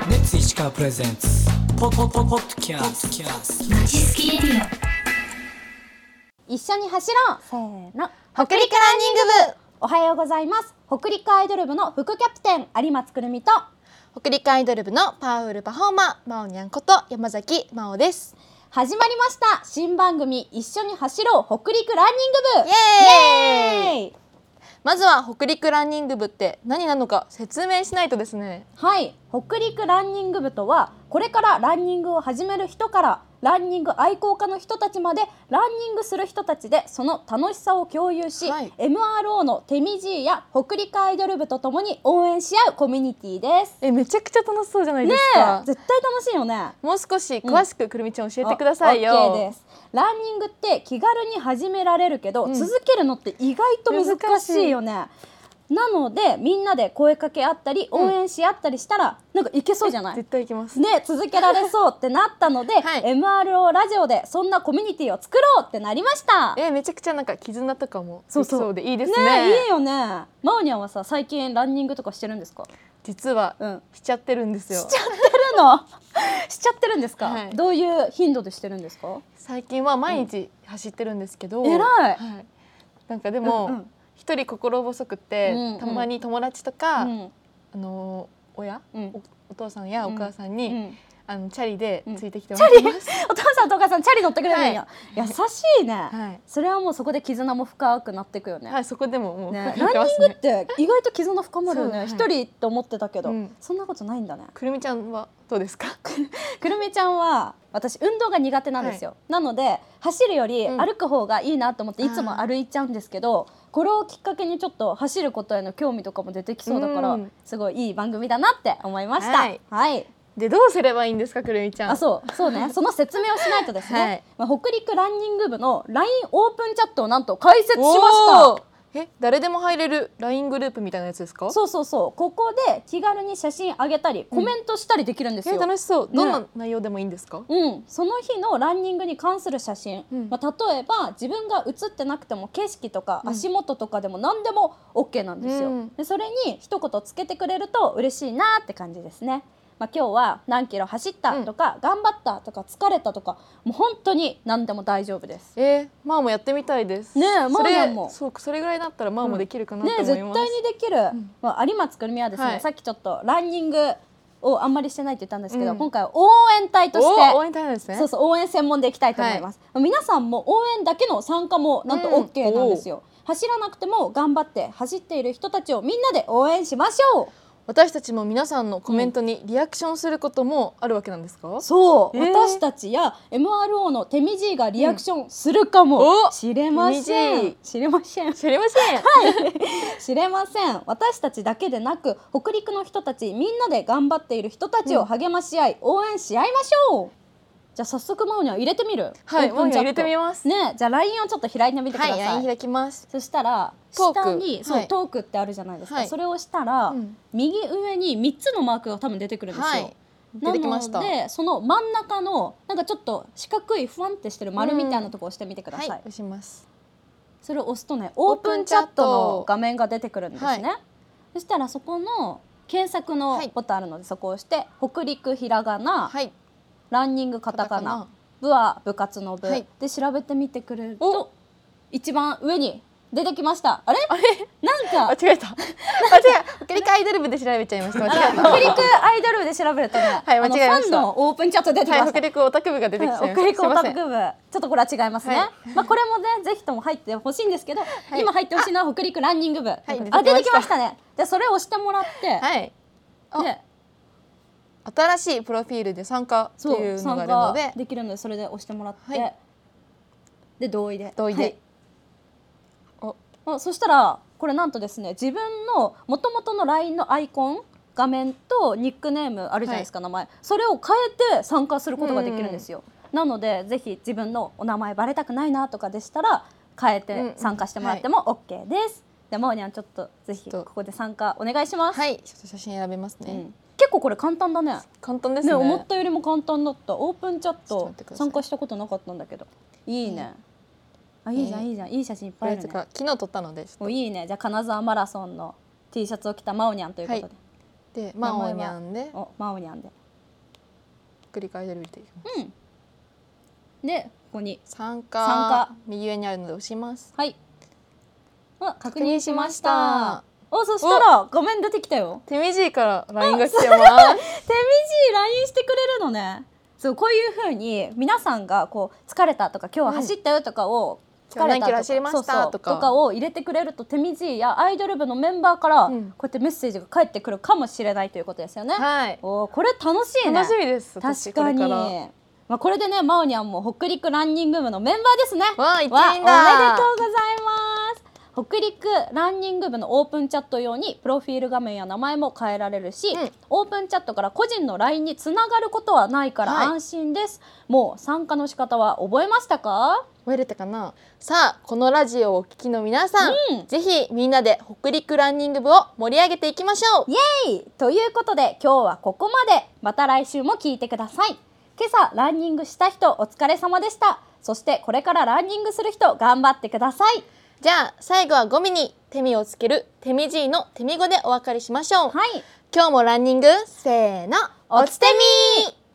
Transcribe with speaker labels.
Speaker 1: ープレゼンツポポポポッドキャスト
Speaker 2: まちすきレディ
Speaker 3: 一緒に走ろうせーの
Speaker 2: オ北陸ランニング
Speaker 3: おはようございます北陸アイドル部の副キャプテン有松くるみと
Speaker 2: 部北陸アイドル部のパワフルパフォーマーまおにゃんこと山崎まおです
Speaker 3: 始まりました新番組一緒に走ろう北陸ランニング部
Speaker 2: イエーイ
Speaker 3: イエーイ
Speaker 2: まずは北陸ランニング部って何なのか説明しないとですね
Speaker 3: はい北陸ランニング部とはこれからランニングを始める人からランニング愛好家の人たちまでランニングする人たちでその楽しさを共有し、
Speaker 2: はい
Speaker 3: MRO のテミジーや北陸アイドル部とともに応援し合うコミュニティです。
Speaker 2: えめちゃくちゃ楽しそうじゃない
Speaker 3: ね
Speaker 2: です
Speaker 3: え
Speaker 2: か、
Speaker 3: 絶対楽しいよね。
Speaker 2: もう少し詳しくくるみちゃん教えてくださいよ、
Speaker 3: あ OK ですランニングって気軽に始められるけど、
Speaker 2: うん
Speaker 3: 続けるのって意外と難しいよねなのでみんなで声かけ合ったり
Speaker 2: う
Speaker 3: 応
Speaker 2: ん
Speaker 3: 援し合ったりしたら、なんかいけそうじゃない
Speaker 2: 絶対行きます
Speaker 3: ね、続けられそうってなったので、
Speaker 2: はい
Speaker 3: MRO ラジオでそんなコミュニティを作ろうってなりましたね
Speaker 2: えめちゃくちゃなんか絆とかも
Speaker 3: そう
Speaker 2: でき
Speaker 3: そう
Speaker 2: そうでいいですね
Speaker 3: いいよねまおにゃんはさ最近ランニングとかしてるんですか
Speaker 2: 実は
Speaker 3: うん
Speaker 2: しちゃってるんですよ
Speaker 3: してるの しちゃってるんですか、
Speaker 2: はい
Speaker 3: どういう頻度でしてるんですか
Speaker 2: 最近は毎日走ってるんですけど、
Speaker 3: うん偉い
Speaker 2: はい、なんかで
Speaker 3: うんう
Speaker 2: も
Speaker 3: ん
Speaker 2: 一、人心細くって、
Speaker 3: うんうん
Speaker 2: たまに友達とか、
Speaker 3: うん
Speaker 2: あの親、
Speaker 3: うん
Speaker 2: おお父さんやお母さんに、
Speaker 3: うん
Speaker 2: あのチャリで
Speaker 3: うん
Speaker 2: ついてきてもらってます、
Speaker 3: お父さんとお母さんチャリ乗ってくれるんや、
Speaker 2: は
Speaker 3: 優しいね、
Speaker 2: はい
Speaker 3: それはもうそこで絆も深くなっていくよね,、
Speaker 2: はいそこでももう
Speaker 3: ね
Speaker 2: か
Speaker 3: ラン
Speaker 2: か
Speaker 3: ニ
Speaker 2: って
Speaker 3: ン
Speaker 2: ま
Speaker 3: グ
Speaker 2: す
Speaker 3: って意外と絆深まるよ
Speaker 2: そう
Speaker 3: ね
Speaker 2: はい
Speaker 3: 一、人って思ってたけど、
Speaker 2: うん
Speaker 3: そんなことないんだね
Speaker 2: くるみちゃんはどうですか
Speaker 3: くるみちゃんは私運動が苦手なんですよ、なので走るより
Speaker 2: うん
Speaker 3: 歩く方がいいなと思っていつも歩いちゃうんですけど、これをきっかけにちょっと走ることへの興味とかも出てきそうだから、
Speaker 2: うん
Speaker 3: すごいいい番組だなって思いました
Speaker 2: はい
Speaker 3: はい
Speaker 2: でどうすればいいんですかくるみちゃん
Speaker 3: あそうそうねその説明をしないとですね、
Speaker 2: はい
Speaker 3: まあ、北陸ランニング部の LINE オープンチャットをなんと開設しま
Speaker 2: お
Speaker 3: し
Speaker 2: ーえ誰でも入れる LINE グループみたいなやつですか
Speaker 3: たそうそうそうここで気軽に写真あげたりコメントしたりできるんですよ、
Speaker 2: え楽しそうどんな内容でもいいんですか、
Speaker 3: うん、その日のランニングに関する写真、
Speaker 2: うん
Speaker 3: まあ、例えば自分が写ってなくても景色とか
Speaker 2: うん
Speaker 3: 足元とかでも何でも OK なんですよ、
Speaker 2: うん
Speaker 3: でそれに一言つけてくれると嬉しいなって感じですね、まあ、今日は何キロ走ったとか、頑張ったとか疲れたとかもう本当に何でも大丈夫です
Speaker 2: えー、まあもやってみたいです。
Speaker 3: ねえ
Speaker 2: それ
Speaker 3: まあまあも
Speaker 2: そうそれぐらいだったらまあもできるかなと
Speaker 3: ね
Speaker 2: 思います。
Speaker 3: 絶対にできる、
Speaker 2: ん
Speaker 3: まあ、有松くるみはですね、
Speaker 2: はい
Speaker 3: さっきちょっとランニングをあんまりしてないって言ったんですけど、
Speaker 2: うん
Speaker 3: 今回は応援隊として
Speaker 2: お応援隊なんですね。
Speaker 3: そうそう応援専門でいきたいと思います、皆さんも応援だけの参加もなんと
Speaker 2: うん
Speaker 3: OK なんですよ、走らなくても頑張って走っている人たちをみんなで応援しましょう
Speaker 2: 私たちも皆さんのコメントにリアクションすることもあるわけなんですか？
Speaker 3: そう、
Speaker 2: えー
Speaker 3: 私たちや MRO の手みじいがリアクションするかも、
Speaker 2: お
Speaker 3: 知れませ
Speaker 2: 手みじ
Speaker 3: ん
Speaker 2: い
Speaker 3: 知れません
Speaker 2: 知りません。はい。
Speaker 3: 知れません私たちだけでなく北陸の人たちみんなで頑張っている人たちを励まし合い、応援し合いましょうじゃあ早速マオには入れてみる
Speaker 2: はい。
Speaker 3: オー
Speaker 2: も
Speaker 3: プ
Speaker 2: う
Speaker 3: ンチャッ
Speaker 2: 入
Speaker 3: ト
Speaker 2: れてみます。
Speaker 3: ねじゃあ LINE をちょっと開いてみてくださ
Speaker 2: はい。ライン開きます。
Speaker 3: そしたら
Speaker 2: トーク
Speaker 3: 下にそう、
Speaker 2: はい
Speaker 3: トークってあるじゃないですか、
Speaker 2: はい
Speaker 3: それをしたら、
Speaker 2: うん
Speaker 3: 右上に3つのマークが多分出てくるんですよ。
Speaker 2: はい。出てきました。
Speaker 3: なのでその真ん中のなんかちょっと四角いふわんってしてる丸みたいなとこを押してみてくだ
Speaker 2: は
Speaker 3: さい、
Speaker 2: い。押します。
Speaker 3: それを押すとねオープンチャットの画面が出てくるんですね、
Speaker 2: は
Speaker 3: そしたらそこの検索の
Speaker 2: はい
Speaker 3: ボタンあるのでそこを押して「北陸ひらがな」
Speaker 2: はい。
Speaker 3: ランニングカタカナ」。部は部活の部、
Speaker 2: はい
Speaker 3: で調べてみてくれる
Speaker 2: お
Speaker 3: と一番上に出てきましたあれ
Speaker 2: あれ？
Speaker 3: なん
Speaker 2: あ
Speaker 3: か
Speaker 2: 間違えた。あ 違う。北陸アイドル部で調べちゃいました。間違えた。
Speaker 3: 北陸アイドルで調べるとね、
Speaker 2: はい
Speaker 3: あの
Speaker 2: 間違えました
Speaker 3: ファンのオープンチャット出てきま
Speaker 2: はい。
Speaker 3: し
Speaker 2: 北
Speaker 3: た。
Speaker 2: 陸オタク部が出てきちゃいま
Speaker 3: はい
Speaker 2: した。
Speaker 3: 北陸オタク
Speaker 2: すいま
Speaker 3: 部、ちょっとこれは違いますね。
Speaker 2: は
Speaker 3: まあこれもね、ぜひとも入ってほしいんですけど、
Speaker 2: い
Speaker 3: 今入ってほしいのは北陸ランニング部。
Speaker 2: い
Speaker 3: あ、出
Speaker 2: 出
Speaker 3: て
Speaker 2: て
Speaker 3: き
Speaker 2: き
Speaker 3: ま
Speaker 2: ま
Speaker 3: し
Speaker 2: した
Speaker 3: ね。じゃあそれを押してもらって、
Speaker 2: せんはい。あ
Speaker 3: で、
Speaker 2: 新しいプロフィールで参加って
Speaker 3: そ
Speaker 2: いううの
Speaker 3: 参
Speaker 2: が
Speaker 3: 加
Speaker 2: あるので
Speaker 3: できるのでそれで押してもらって、
Speaker 2: はい
Speaker 3: で同意で、
Speaker 2: 同意で
Speaker 3: はい
Speaker 2: お
Speaker 3: あそしたらこれなんとですね、自分の元々の LINE のアイコン。画面とニックネームあるじゃないですか、名前それを変えて参加することができるんですよ、なのでぜひ自分のお名前バレたくないなとかでしたら変え
Speaker 2: うんう
Speaker 3: て
Speaker 2: ん
Speaker 3: 参加してもらっても OK です、でもうにゃんちょっとぜひ
Speaker 2: ちょっ
Speaker 3: ことこで参加お願いします、
Speaker 2: はい。ちょっと写真選べます
Speaker 3: う
Speaker 2: ね
Speaker 3: ん。結構これ簡単だね
Speaker 2: 簡単です
Speaker 3: ね
Speaker 2: ね。
Speaker 3: 思ったよりも簡単だったオープンチャッ
Speaker 2: ちょっと
Speaker 3: ト
Speaker 2: 待ってください
Speaker 3: 参加したことなかったんだけどいいね、あいいじゃん、
Speaker 2: えー
Speaker 3: いいじゃんいい写真いっ
Speaker 2: こ
Speaker 3: ぱいあ
Speaker 2: れ
Speaker 3: る
Speaker 2: と
Speaker 3: ね
Speaker 2: か昨日撮ったのでちょっと
Speaker 3: おいいねじゃあ金沢マラソンの T シャツを着たまおにゃんということで、
Speaker 2: で、まおにゃんで、
Speaker 3: おまおにゃんで
Speaker 2: 繰り返せるっていう
Speaker 3: でここに
Speaker 2: 参加
Speaker 3: 参加
Speaker 2: 右上にあるので押します
Speaker 3: はいあ確
Speaker 2: 確
Speaker 3: 認
Speaker 2: 認
Speaker 3: し
Speaker 2: し
Speaker 3: ま
Speaker 2: ま
Speaker 3: し
Speaker 2: したた
Speaker 3: おそしたら画面出てきたよ
Speaker 2: 手短いから LINE が来てま
Speaker 3: 手
Speaker 2: す
Speaker 3: 短い LINE してくれるのねそうこういうふうに皆さんがこう疲れたとか今日は走ったよとかを、
Speaker 2: うん
Speaker 3: 疲れた
Speaker 2: 今日何キロ走りました
Speaker 3: そうそう
Speaker 2: とか
Speaker 3: とかを入れてくれると手短いやアイドル部のメンバーからこ
Speaker 2: うん
Speaker 3: うやってメッセージが返ってくるかもしれないということですよね。
Speaker 2: はい
Speaker 3: おーこれ楽しいね
Speaker 2: 楽しみです私
Speaker 3: 確かに
Speaker 2: これら
Speaker 3: まあ、これでねまおにゃんも北陸ランニング部のメンバーですね
Speaker 2: わあ一員
Speaker 3: わあ
Speaker 2: だ
Speaker 3: おめでとうございます北陸ランニング部のオープンチャット用にプロフィール画面や名前も変えられるし、
Speaker 2: うん
Speaker 3: オープンチャットから個人の LINE につながることはないから
Speaker 2: はい
Speaker 3: 安心です、もう参加の仕方は覚えましたか
Speaker 2: 覚えれたかなさあこのラジオをお聞きの皆さん、
Speaker 3: うん
Speaker 2: ぜひみんなで北陸ランニング部を盛り上げていきましょう
Speaker 3: イエイということで今日はここまでまた来週も聞いてください今朝ランニングした人お疲れ様でしたそしてこれからランニングする人頑張ってください
Speaker 2: じゃあ最後はゴミに手身をつける手身 G の手身語でお別れしましょう、
Speaker 3: はい
Speaker 2: 今日もランニングせーのおつてみー